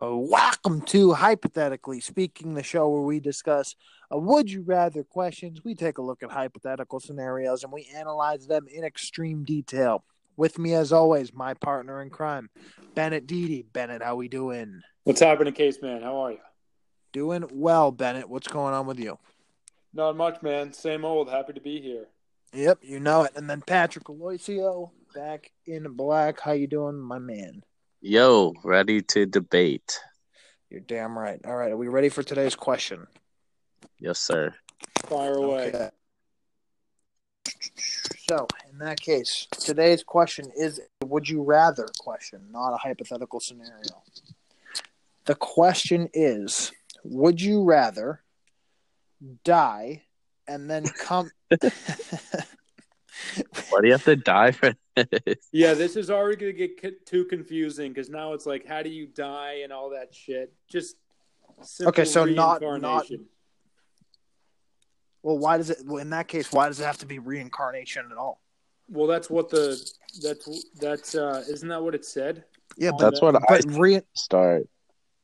Welcome to Hypothetically Speaking, the show where we discuss uh, would you rather questions. We take a look at hypothetical scenarios and we analyze them in extreme detail. With me, as always, my partner in crime, Bennett Deedy. Bennett, how we doing? What's happening, Case Man? How are you? Doing well, Bennett. What's going on with you? Not much, man. Same old. Happy to be here. Yep, you know it. And then Patrick Aloisio, back in black. How you doing, my man? Yo, ready to debate. You're damn right. All right, are we ready for today's question? Yes, sir. Fire away. Okay. So, in that case, today's question is a would you rather question, not a hypothetical scenario. The question is would you rather die and then come. Why do you have to die for this? Yeah, this is already going to get co- too confusing because now it's like, how do you die and all that shit? Just simple Okay, so not- reincarnation. not- well, why does it, well, in that case, why does it have to be reincarnation at all? Well, that's what the that's that's uh isn't that what it said? Yeah, On but, That's what I but re, start.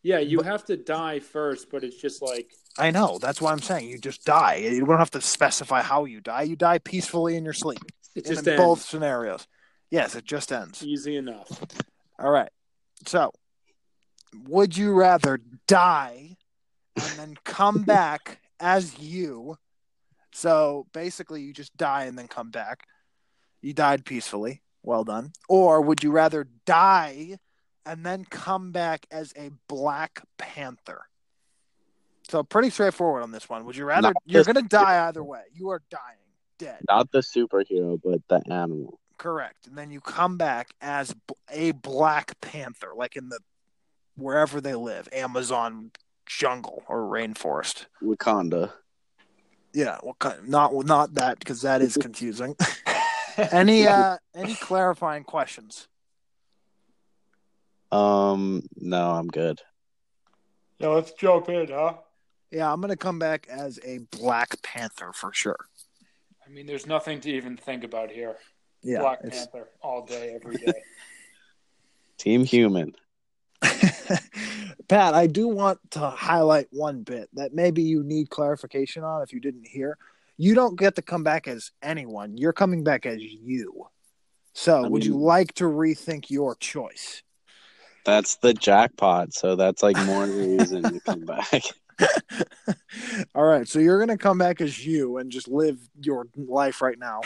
Yeah, you have to die first, but it's just like I know. That's why I'm saying. You just die. You don't have to specify how you die. You die peacefully in your sleep. it in just ends. both scenarios. Yes, it just ends. easy enough. All right. So, would you rather die and then come back as you? So basically, you just die and then come back. You died peacefully. Well done. Or would you rather die and then come back as a Black Panther? So pretty straightforward on this one. Would you rather? Not you're this- going to die either way. You are dying, dead. Not the superhero, but the animal. Correct. And then you come back as b- a Black Panther, like in the wherever they live, Amazon jungle or rainforest. Wakanda. Yeah, well, ki- not not that because that is confusing. any uh, any clarifying questions? Um, no, I'm good. Yeah, let's jump in, huh? Yeah, I'm gonna come back as a Black Panther for sure. I mean, there's nothing to even think about here. Yeah, Black it's- Panther all day, every day. Team Human. Pat, I do want to highlight one bit that maybe you need clarification on if you didn't hear. You don't get to come back as anyone. You're coming back as you. So, I would you mean- like to rethink your choice? That's the jackpot, so that's like more reason to come back. All right, so you're going to come back as you and just live your life right now.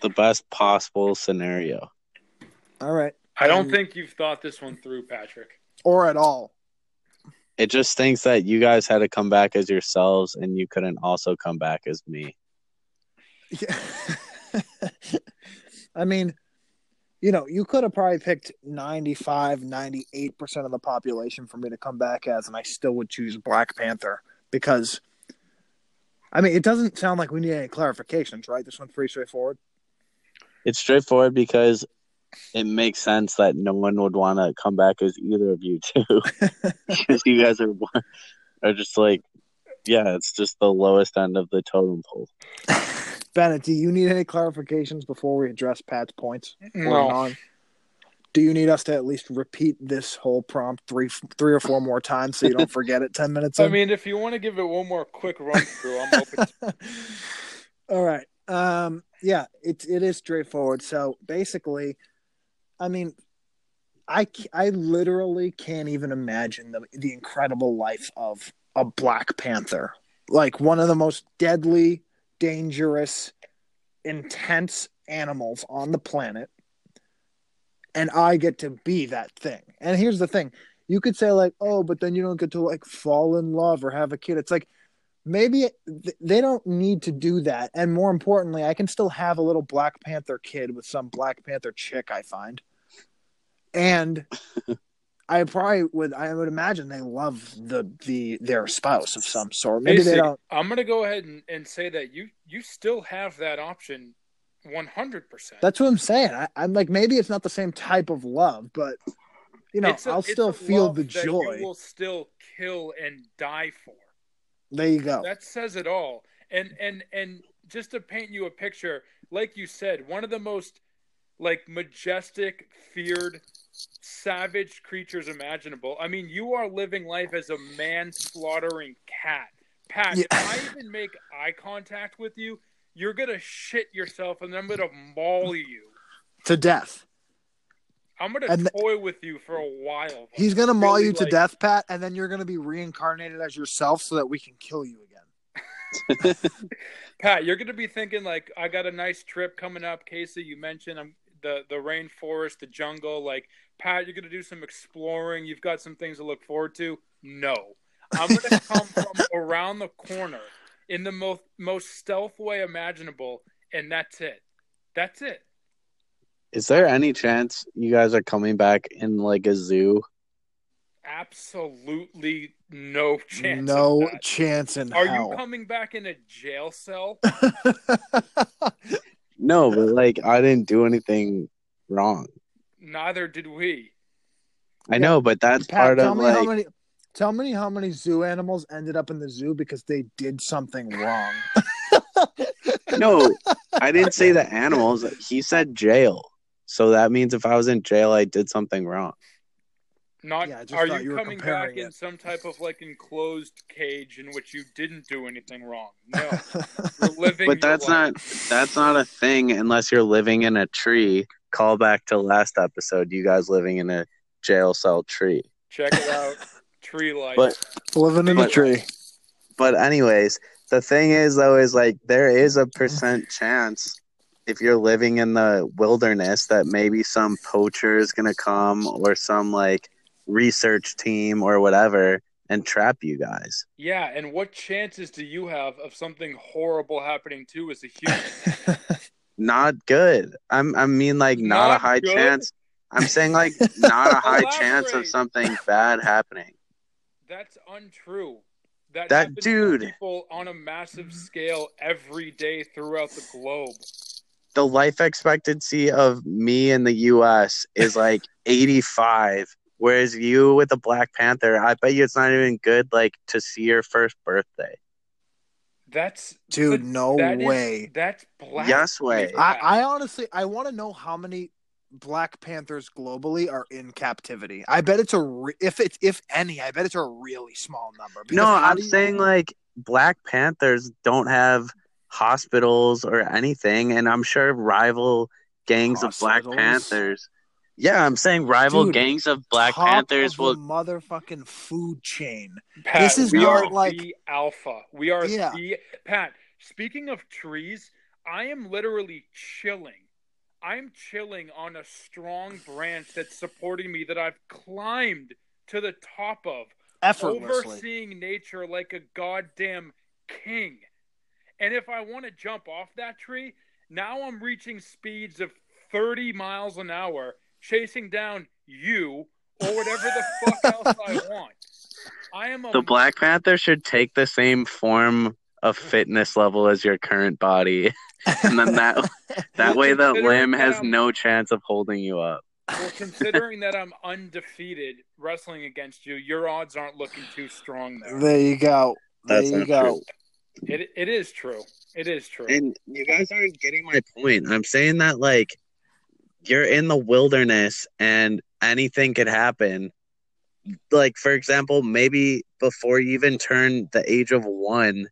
The best possible scenario. All right. I don't think you've thought this one through, Patrick. Or at all. It just stinks that you guys had to come back as yourselves and you couldn't also come back as me. Yeah. I mean, you know, you could have probably picked 95, 98% of the population for me to come back as, and I still would choose Black Panther because, I mean, it doesn't sound like we need any clarifications, right? This one's pretty straightforward. It's straightforward because it makes sense that no one would want to come back as either of you two because you guys are one- are just like yeah, it's just the lowest end of the totem pole. Bennett, do you need any clarifications before we address Pat's points? Or No, non? Do you need us to at least repeat this whole prompt three, three or four more times so you don't forget it ten minutes? I in? mean, if you want to give it one more quick run through, I'm open. All right. Um, yeah, it it is straightforward. So basically, I mean, I c- I literally can't even imagine the the incredible life of a Black Panther, like one of the most deadly, dangerous, intense animals on the planet. And I get to be that thing. And here's the thing. You could say like, "Oh, but then you don't get to like fall in love or have a kid." It's like maybe th- they don't need to do that and more importantly i can still have a little black panther kid with some black panther chick i find and i probably would i would imagine they love the the their spouse of some sort maybe they Basic- don't I'm going to go ahead and, and say that you you still have that option, 100. percent that's what i'm saying I, i'm like maybe it's not the same type of love but you know i i'll still feel the joy you will still kill and die for. there you go That says it all. And and and just to paint you a picture, like you said, one of the most like majestic, feared, savage creatures imaginable. I mean, you are living life as a manslaughtering cat. Pat, Yeah. if I even make eye contact with you, you're gonna shit yourself, and I'm gonna maul you. to death. I'm gonna And the- toy with you for a while. He's gonna maul Really, you to like- death, Pat, and then you're gonna be reincarnated as yourself so that we can kill you again. Pat, you're gonna be thinking like, I got a nice trip coming up. Casey, you mentioned um the the rainforest, the jungle. Like, Pat, you're gonna do some exploring. You've got some things to look forward to. No, I'm gonna come from around the corner in the most most stealth way imaginable, and that's it. That's it. Is there any chance you guys are coming back in like a zoo? Absolutely no chance. of no that. chance in Are you hell. coming back in a jail cell? No, but like I didn't do anything wrong. Neither did we. I know, but that's Pat, part tell of me like how many tell me how many zoo animals ended up in the zoo because they did something wrong. no, I didn't say the animals. He said jail. So that means if I was in jail, I did something wrong. Not Yeah, I just are thought you you, were coming back comparing in it. some type of like enclosed cage in which you didn't do anything wrong? No, you're living. But your that's life. not that's not a thing unless you're living in a tree. Call back to last episode, you guys living in a jail cell tree. Check it out, tree life. But Living in a But- tree. but anyways, the thing is though is like there is a percent chance if you're living in the wilderness that maybe some poacher is gonna come or some like research team or whatever and trap you guys. yeah, and what chances do you have of something horrible happening to as a human? Not good. I'm I mean like not, a Not high good? chance. I'm saying like not a high chance of Elaborate. something bad happening. that's untrue. That, That happens to dude. people on a massive scale every day throughout the globe. the life expectancy of me in the US is like 85 whereas you with the Black Panther I bet you it's not even good like to see your first birthday. That's Dude, but no that is- way. that's black. Yes way. I, I honestly I want to know how many Black Panthers globally are in captivity. I bet it's a re- if it's if any, I bet it's a really small number. because No, how I'm do you- saying like Black Panthers don't have hospitals or anything and I'm sure rival gangs of Hospitals? Black Panthers yeah, I'm saying rival Dude, gangs of Black top Panthers of will the motherfucking food chain. Pat, This is we not are like- the alpha. We are Yeah. the Pat. Speaking of trees, I am literally chilling. I'm chilling on a strong branch that's supporting me that I've climbed to the top of, Effortlessly. overseeing nature like a goddamn king. And if I want to jump off that tree, now I'm reaching speeds of 30 miles an hour, chasing down you or whatever the fuck else I want. I am a the Black Panther should take the same form of fitness level as your current body, and then that that way the Considering limb has that I'm- no chance of holding you up. Well, considering that I'm undefeated wrestling against you, your odds aren't looking too strong there. There you go. There That's you not go. true. It, it is true. It is true. And you guys aren't getting my point. I'm saying that like you're in the wilderness and anything could happen. Like for example, maybe before you even turn the age of one,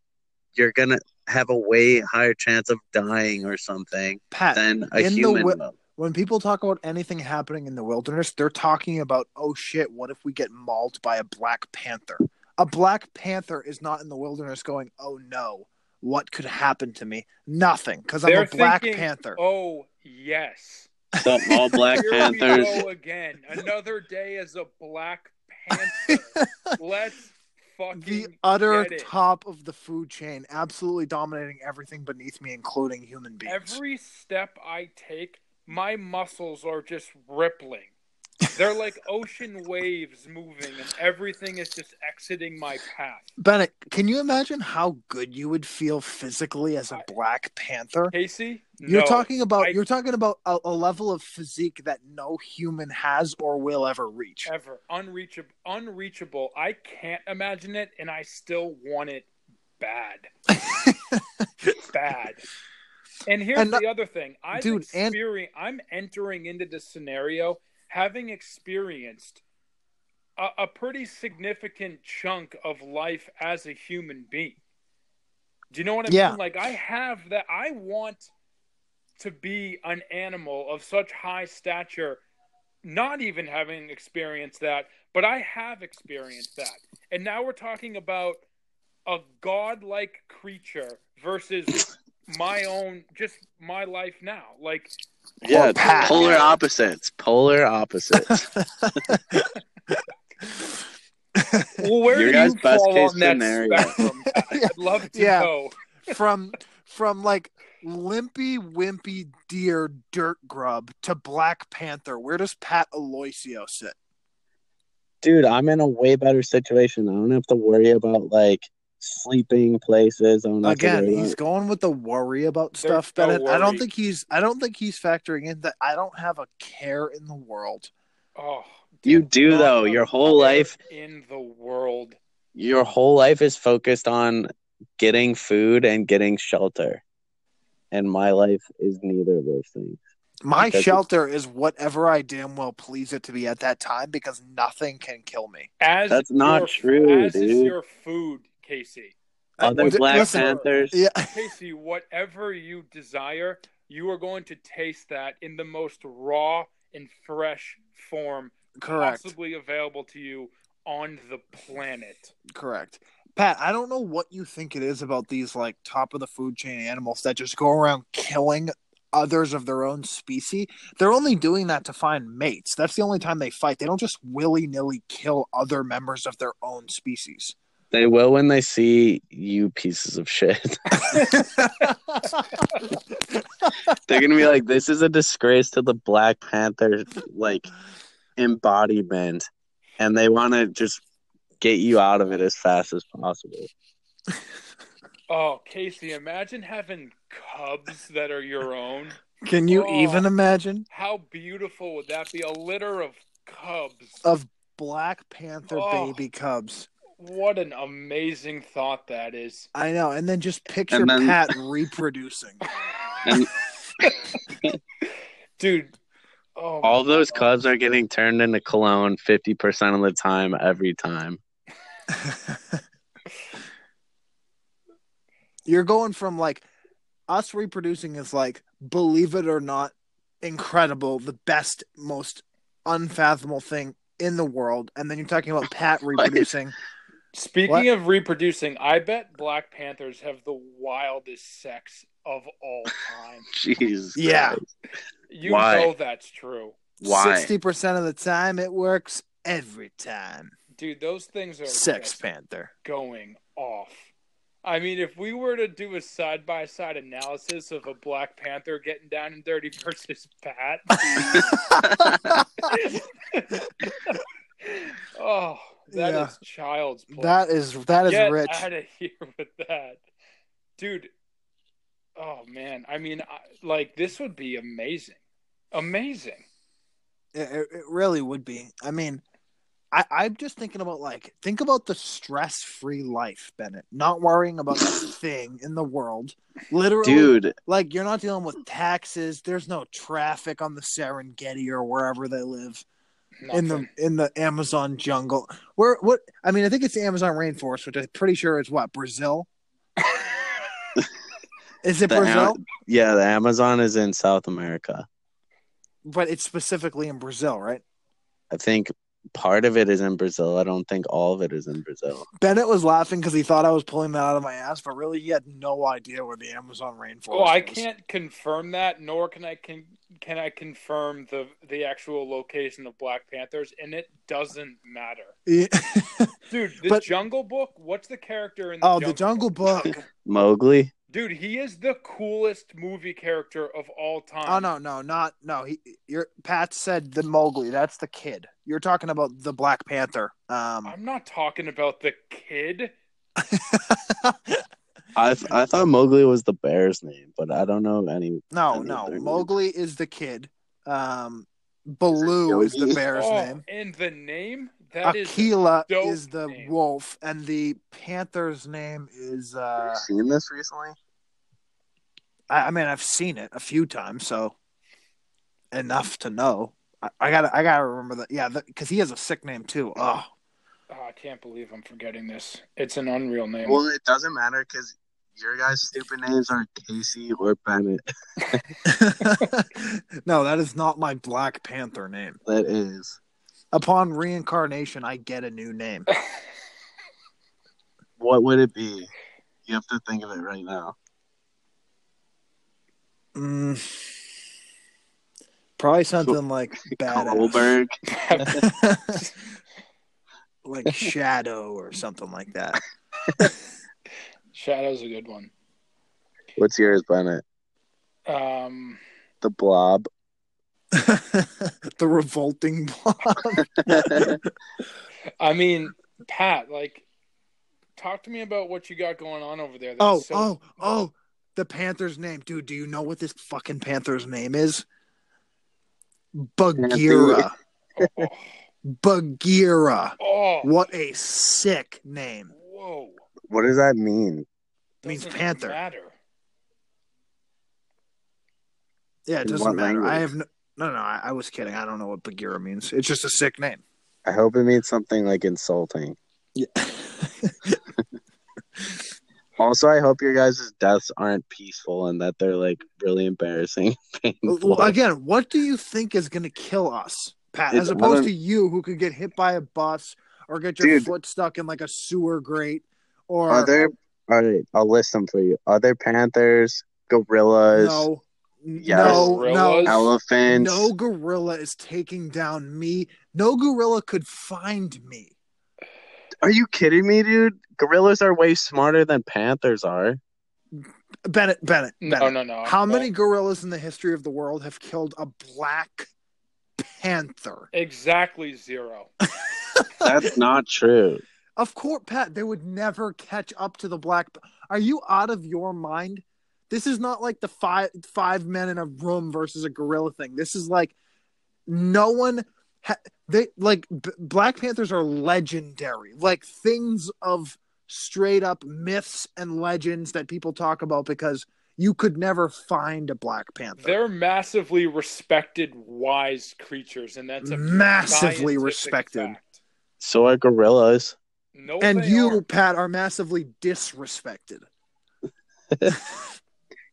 you're gonna have a way higher chance of dying or something Pat, than a In the human. wi- will. when people talk about anything happening in the wilderness, they're talking about, oh shit, what if we get mauled by a black panther? A black panther is not in the wilderness going, oh no, what could happen to me? Nothing, because I'm They're a black thinking, panther. Oh, yes. the all Black Here Panthers. we go again. Another day as a Black Panther. Let's the fucking. utter get it. top of the food chain, absolutely dominating everything beneath me, including human beings. Every step I take, my muscles are just rippling. They're like ocean waves moving, and everything is just exiting my path. Bennett, can you imagine how good you would feel physically as a black panther? Casey, You're no. talking about I- you're talking about a, a level of physique that no human has or will ever reach. ever unreachable unreachable i can't imagine it and i still want it bad bad And here's And the other thing, i Dude, and- experi- I'm entering into this scenario having experienced a, a pretty significant chunk of life as a human being. Do you know what I Yeah. mean? Like I have that. I want to be an animal of such high stature, not even having experienced that, but I have experienced that. And now we're talking about a godlike creature versus my own, just my life now. Like, Yeah, Or Pat. polar opposites. Polar opposites. well, where Your do guys' you fall best-case on that scenario. spectrum? I'd love to Yeah. know. from from like limpy wimpy deer dirt grub to black panther where does pat aloisio sit Dude, I'm in a way better situation. I don't have to worry about like sleeping places. I don't have again to worry he's about... going with the worry about stuff no bennett i don't worry. think he's i don't think he's factoring in that i don't have a care in the world Oh, You do not though. a Your whole care life, in the world. your whole life is focused on getting food and getting shelter. And my life is neither of those things. my That's- shelter is whatever i damn well please it to be at that time because nothing can kill me As That's is not your- true, as is dude. your food, Casey. Other d- Black Uh, listen, Panthers. yeah Casey, whatever you desire, you are going to taste that in the most raw and fresh form correct possibly available to you on the planet. Correct. Pat, I don't know what you think it is about these like top of the food chain animals that just go around killing others of their own species. They're only doing that to find mates. That's the only time they fight. They don't just willy nilly kill other members of their own species. They will when they see you pieces of shit. They're gonna be like, "This is a disgrace to the Black Panther like embodiment," and they want to just get you out of it as fast as possible. Oh, Casey, imagine having cubs that are your own. Can you Oh. even imagine? How beautiful would that be? A litter of cubs. Of Black Panther Oh. baby cubs. What an amazing thought that is. I know. And then just picture And then- Pat reproducing. And- Dude. Oh, All those my cubs are getting turned into cologne fifty percent of the time, every time. You're going from like us reproducing is like, believe it or not, incredible, the best, most unfathomable thing in the world. And then you're talking about Pat reproducing. Speaking What? of reproducing, I bet Black Panthers have the wildest sex of all time. Jeez. Yeah. Christ. You Why? know that's true. Why? 60% of the time, it works every time. Dude, those things are Sex just Panther. going off. I mean, if we were to do a side by side analysis of a Black Panther getting down and dirty versus Pat, oh, that is Yeah. child's play. that is that is Get rich. out of here with that, dude. Oh man, I mean, I, like this would be amazing, amazing. It, it it really would be. I mean, I, I'm just thinking about like think about the stress free life, Bennett. Not worrying about a thing in the world. Literally, Dude, like you're not dealing with taxes. There's no traffic on the Serengeti or wherever they live in the Nothing. in the Amazon jungle. Where what? I mean, I think it's the Amazon rainforest, which I'm pretty sure is what Brazil. Is it The Am- Brazil? yeah, the Amazon is in South America. but it's specifically in Brazil, right? I think part of it is in Brazil. I don't think all of it is in Brazil. Bennett was laughing because he thought I was pulling that out of my ass, but really he had no idea where the Amazon rainforest. Oh, I was. can't confirm that, nor can I can can I confirm the the actual location of Black Panthers, and it doesn't matter, Yeah. dude. The But- Jungle Book. What's the character in the oh, Jungle the Jungle Book? Book. Mowgli? Dude, he is the coolest movie character of all time. oh no, no, not no. He, your Pat said the Mowgli. That's the kid. You're talking about the Black Panther. Um, I'm not talking about the kid. I th- I thought Mowgli was the bear's name, but I don't know any. I no, mean, no. they're- Mowgli is the kid. Um, Baloo is the Yogi? bear's oh, name. and the name that is Akela dope is the name. wolf, and the panther's name is. Have you uh seen this recently? I, I mean, I've seen it a few times, so enough to know. I, I gotta, I gotta remember that. Yeah, because he has a sick name too. Oh, Oh, I can't believe I'm forgetting this. It's an unreal name. Well, it doesn't matter because your guys' stupid names are Casey or Bennett. no, that is not my Black Panther name. That is. Upon reincarnation, I get a new name. What would it be? You have to think of it right now. Mm, probably something like badass, Colberg. like Shadow or something like that. Shadow's a good one. What's yours, Bennett? Um, The Blob. the revolting blob. I mean, Pat, like, talk to me about what you got going on over there. That's Oh, so- oh, oh! The Panther's name, dude. Do you know what this fucking Panther's name is? Bagheera. oh, Bagheera. oh, What a sick name. Whoa, What does that mean? Means Doesn't panther. Matter. Yeah, it In doesn't what matter. I language? have no, no, no. I, I was kidding. I don't know what Bagheera means. It's just a sick name. I hope it means something like insulting. Yeah. Also, I hope your guys' deaths aren't peaceful and that they're like really embarrassing. painful. Again, what do you think is going to kill us, Pat, It's as opposed other- to you who could get hit by a bus or get your Dude. foot stuck in like a sewer grate or Other, all right, I'll list them for you. Other panthers, gorillas, no, Yes. no, no, Gorillas? elephants. no gorilla is taking down me. No gorilla could find me. Are you kidding me, dude? Gorillas are way smarter than panthers are. Bennett, Bennett, Bennett. No, no, no. How Well, many gorillas in the history of the world have killed a black panther? Exactly zero. That's not true. Of course, Pat, they would never catch up to the black. Are you out of your mind? This is not like the five five men in a room versus a gorilla thing. This is like no one. Ha- they like b- Black Panthers are legendary, like things of straight up myths and legends that people talk about because you could never find a Black Panther. They're massively respected, wise creatures, and that's a Massively scientific respected. fact. So are gorillas. No, and they you, aren't. Pat, are massively disrespected.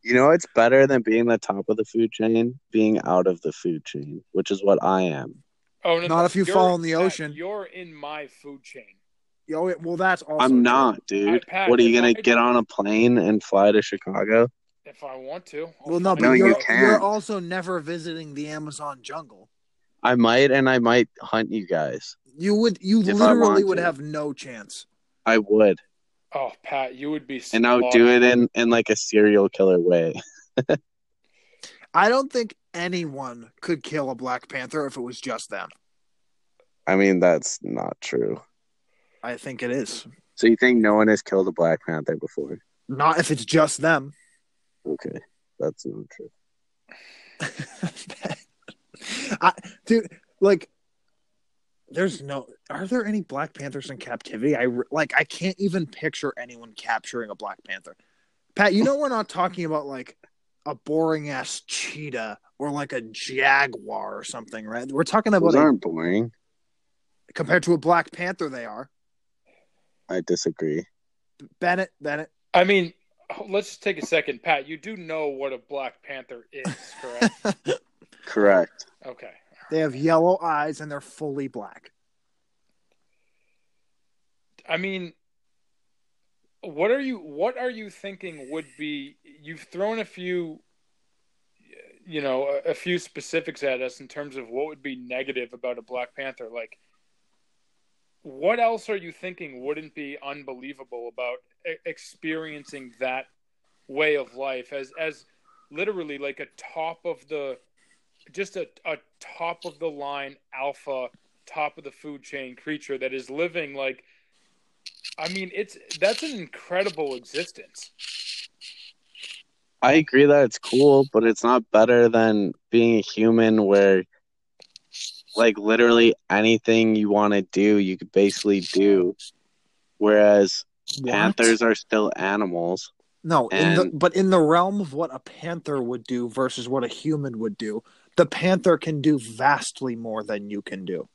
You know it's better than being the top of the food chain? Being out of the food chain, which is what I am. Oh, no, Not no, if you you're- fall in the Pat, ocean. You're in my food chain. Yo, it- well, that's also I'm true. not, dude. I- Pat, what are you if gonna I- get on a plane and fly to Chicago? If I want to. I'll Well, no, find but No, out. you're, you you can't. are also never visiting the Amazon jungle. I might, and I might hunt you guys. You would, you If I literally want would to. have no chance. I would, Oh, Pat, you would be. and I would do it in in like a serial killer way. I don't think anyone could kill a Black Panther if it was just them. I mean, that's not true. I think it is So you think no one has killed a Black Panther before? not if it's just them. Okay, that's not true. I, dude, like, there's no. Are there any Black Panthers in captivity? I re- like. I can't even picture anyone capturing a Black Panther. Pat, you know we're not talking about like a boring ass cheetah or like a jaguar or something, right? We're talking about Those a, aren't boring. compared to a Black Panther. They are I disagree. Bennett. Bennett. I mean, let's just take a second, Pat. You do know what a Black Panther is, correct? Correct. okay. They have yellow eyes and they're fully black. I mean, what are you? What are you thinking would be? You've thrown a few, you know, a, a few specifics at us in terms of what would be negative about a Black Panther. Like, what else are you thinking wouldn't be unbelievable about e- experiencing that way of life as as literally like a top of the just a, a top of the line alpha top of the food chain creature that is living like I mean, it's that's an incredible existence. I agree that it's cool, but it's not better than being a human where like literally anything you want to do, you could basically do. Whereas What? panthers are still animals. No, in the, And- but in the realm of what a panther would do versus what a human would do, the panther can do vastly more than you can do.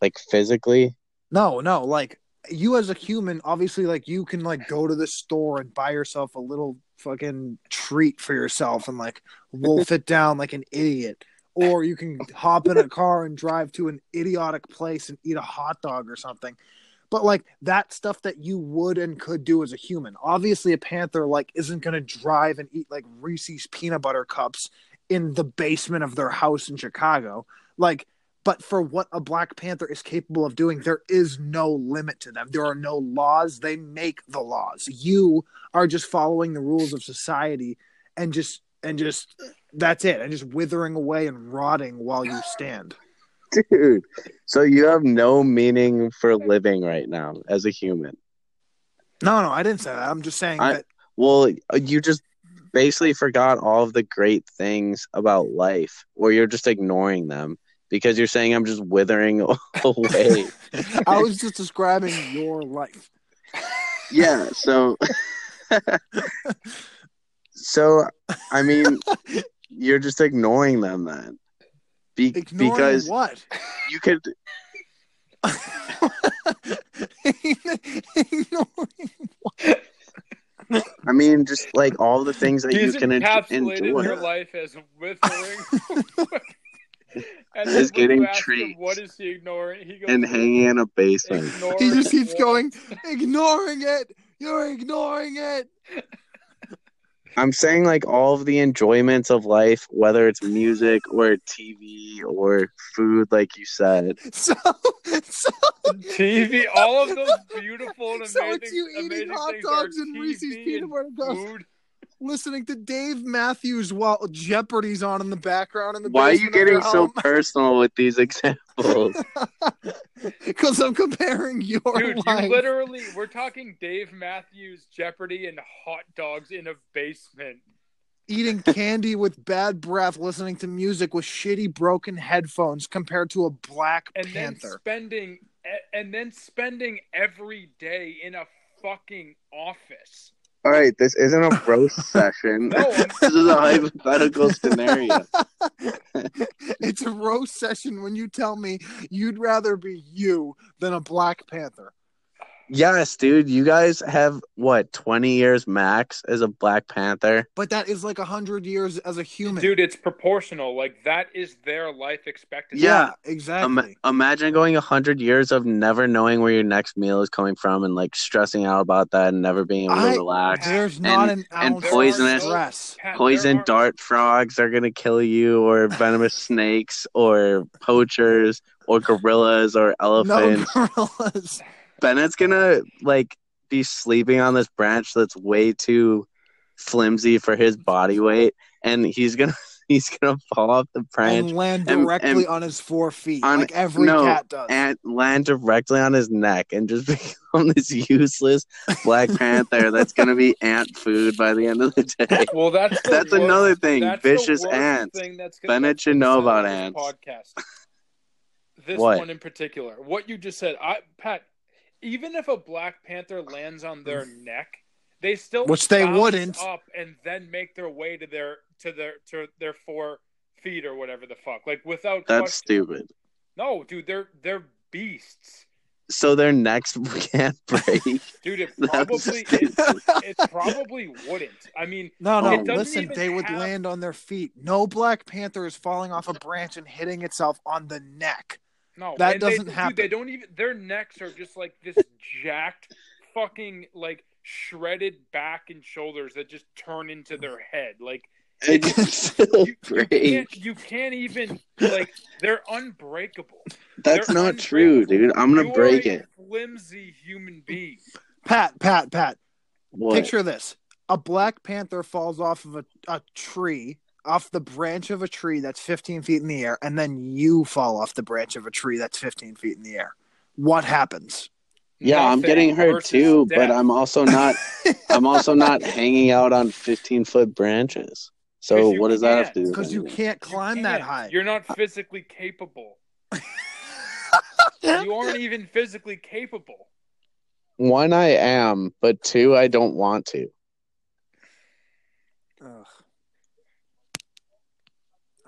like physically. No, no, like you as a human, obviously, like you can like go to the store and buy yourself a little fucking treat for yourself and like wolf it down like an idiot. Or you can hop in a car and drive to an idiotic place and eat a hot dog or something. But like that stuff that you would and could do as a human. Obviously, a panther like isn't gonna drive and eat like Reese's peanut butter cups in the basement of their house in Chicago. Like but for what a black panther is capable of doing there is no limit to them there are no laws they make the laws you are just following the rules of society and just and just that's it and just withering away and rotting while you stand Dude, so you have no meaning for living right now as a human. no no i didn't say that i'm just saying I- that Well, uh, you just basically forgot all of the great things about life, or you're just ignoring them because you're saying I'm just withering away. i was just describing your life yeah, so so I mean, you're just ignoring them then. Be- ignoring because what you could ignoring I mean, just like all the things that you He's can en- encapsulated enjoy. your life as withering. and then Just when you getting ask him treats. What is he ignoring? He goes and hanging in a basement. ignoring he just keeps war. going ignoring it you're ignoring it I'm saying like all of the enjoyments of life, whether it's music or TV or food, like you said. So, so, TV, all of those beautiful and amazing, so it's you eating amazing hot things are dogs and TV Reese's peanut and butter cups, food. listening to Dave Matthews while Jeopardy's on in the background. In the Why are you getting so so? personal with these examples? Because I'm comparing your Dude, life. you literally, we're talking Dave Matthews, Jeopardy, and hot dogs in a basement. eating candy with bad breath, listening to music with shitty broken headphones, compared to a black and then panther. spending e, and then spending every day in a fucking office. all right, this isn't a roast session. No, I'm- this is a hypothetical scenario. it's a roast session when you tell me you'd rather be you than a black panther. Yes, dude, you guys have what 20 years max as a Black Panther. But that is like a hundred years as a human. Dude, it's proportional. Like that is their life expectancy. Yeah, Yeah. exactly. Ima- imagine going 100 years of never knowing where your next meal is coming from and like stressing out about that and never being able I- to relax. There's not an and ounce poisonous- of stress. Pat, poison there are- dart frogs are going to kill you or venomous snakes or poachers or gorillas or No elephants gorillas. bennett's going to like be sleeping on this branch that's way too flimsy for his body weight and he's going to he's going to fall off the branch And land and- directly and- on his four feet, on- like every no, cat does. and land directly on his neck and just become this useless black panther that's going to be ant food by the end of the day Well, that's the That's worst- another thing, that's the vicious worst ants. Thing that's gonna- Bennett that's should know gonna about happen ants. on this Podcast. This What? one in particular. What you just said, I Pat. Even if a black panther lands on their neck, they still Which they bounce wouldn't. up and then make their way to their to their to their four feet or whatever the fuck. Like without that's question. stupid No, dude, they're they're beasts. so their necks can't break. Dude, it That was probably it, stupid. it probably wouldn't. I mean, no, it no. doesn't Listen, even they would have- land on their feet. No black panther is falling off a branch and hitting itself on the neck. No, That and they- doesn't happen. Dude, they don't even. Their necks are just like this jacked, fucking like shredded back and shoulders that just turn into their head. Like It just still you, you break. can't, you can't even like they're unbreakable. That's they're not true, dude. I'm gonna You are break a it. Flimsy human being. Pat, Pat, Pat. What? Picture this: a black panther falls off of a, a tree, off the branch of a tree that's 15 feet in the air, and then you fall off the branch of a tree that's 15 feet in the air. What happens? yeah, I'm Nothing getting hurt versus too, but death. I'm also not. I'm also not hanging out on 15 foot branches. So 'Cause you what does that have to do? with Because you anything? can't climb that can't. high. You're not physically capable. you aren't even physically capable. One, I am, but two, I don't want to. Ugh.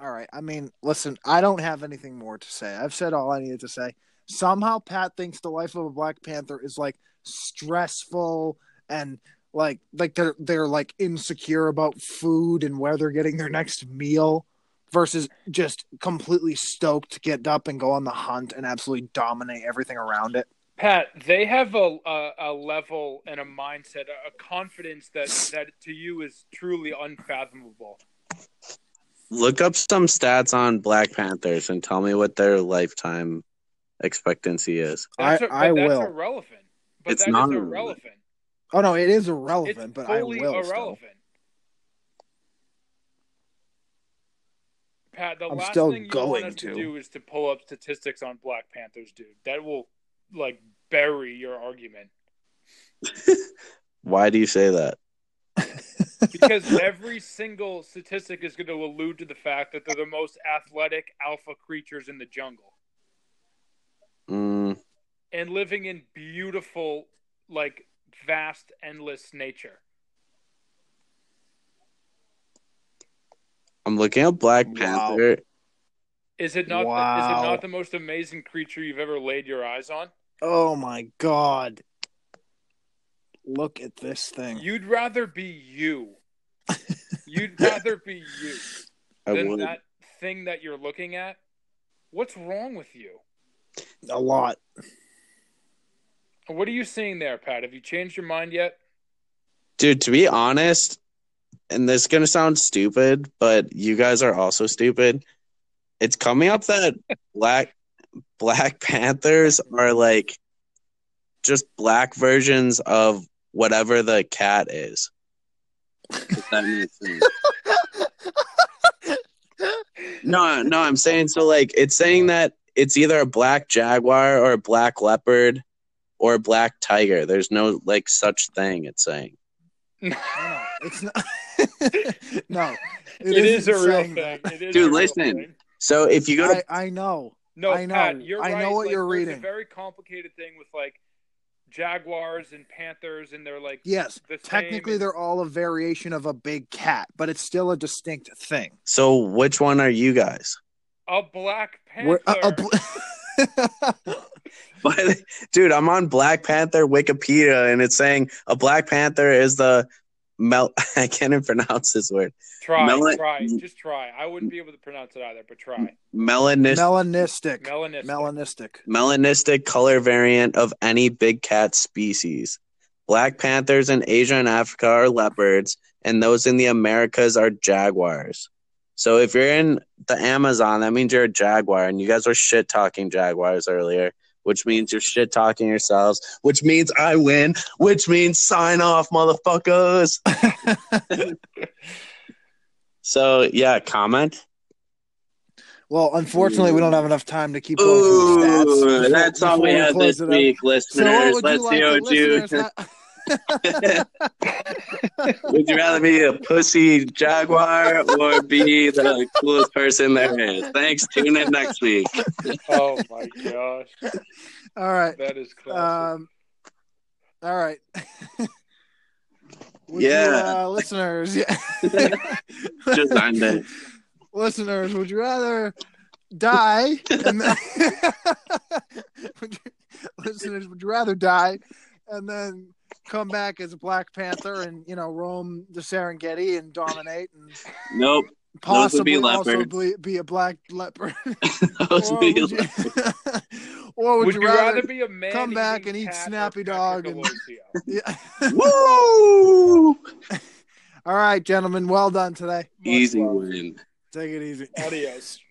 All right. I mean, listen, I don't have anything more to say. I've said all I needed to say. Somehow, Pat thinks the life of a Black Panther is like stressful and like like they're they're like insecure about food and where they're getting their next meal versus just completely stoked to get up and go on the hunt and absolutely dominate everything around it. Pat, they have a, a a level and a mindset, a a confidence that that to you is truly unfathomable. Look up some stats on Black Panthers and tell me what their lifetime expectancy is. That's I- a- but I that's will. irrelevant. But It's that is not irrelevant. irrelevant. Oh no, it is It's irrelevant, but I will. fully still. irrelevant. Pat, the I'm last still thing you going want us to. to. do is to pull up statistics on Black Panthers, dude. That will like bury your argument Why do you say that? because every single statistic is going to allude to the fact that they're the most athletic alpha creatures in the jungle Mm, and living in beautiful, like vast, endless nature. I'm looking up Black Wow. Panther. Is it not? Is Wow. it not the most amazing creature you've ever laid your eyes on? Oh my god. Look at this thing. You'd rather be you. You'd rather be you I than would. that thing that you're looking at. What's wrong with you? A lot. What are you seeing there, Pat? Have you changed your mind yet? Dude, to be honest, and this is gonna sound stupid, but you guys are also stupid. It's coming up that black Black Panthers are like just black versions of whatever the cat is. If that makes sense. No, no, I'm saying so like it's saying that it's either a black jaguar or a black leopard or a black tiger. There's no like such thing it's saying. No, no, it's not. no, it is a isn't real saying thing. that. It is Dude, a real listen. thing. So if you go to I, I know. No, I know. Pat, you're I know right. what Like, you're there's reading. A very complicated thing with like jaguars and panthers, and they're like Yes. the same Technically, and- they're all a variation of a big cat, but it's still a distinct thing. So which one are you guys? a black panther. We're- uh, a- a bl- But dude, I'm on Black Panther Wikipedia and it's saying a Black Panther is the mel I can't even pronounce this word. try, Melan- try, just try. I wouldn't be able to pronounce it either, but try. Melanis- Melanistic. Melanistic. Melanistic. melanistic color variant of any big cat species. Black Panthers in Asia and Africa are leopards, and those in the Americas are jaguars. So if you're in the Amazon, that means you're a jaguar, and you guys were shit talking jaguars earlier, which means you're shit talking yourselves, which means I win, which means sign off, motherfuckers. so yeah, comment. Well, unfortunately, we don't have enough time to keep going through the stats. Ooh, before- that's all before we have close this it up. week, So what listeners. would Let's you like see the what you. listeners not- Would you rather be a pussy jaguar or be the coolest person there is? Thanks. Tune in next week. Oh my gosh, All right. that is classic. Um, all right. Would Yeah. You, uh, listeners. Just end it. listeners, would you rather die? And then, would you, listeners, would you rather die and then come back as a Black Panther and you know roam the Serengeti and dominate and Nope. Those would possibly be also leopards. be, be a black leopard? Those or, be- would you, or would would you you rather, rather? be a man? come back and eat Snappy Dog and- Yeah. Woo! All right, gentlemen, well done today. Easy win. Take it easy. Adios.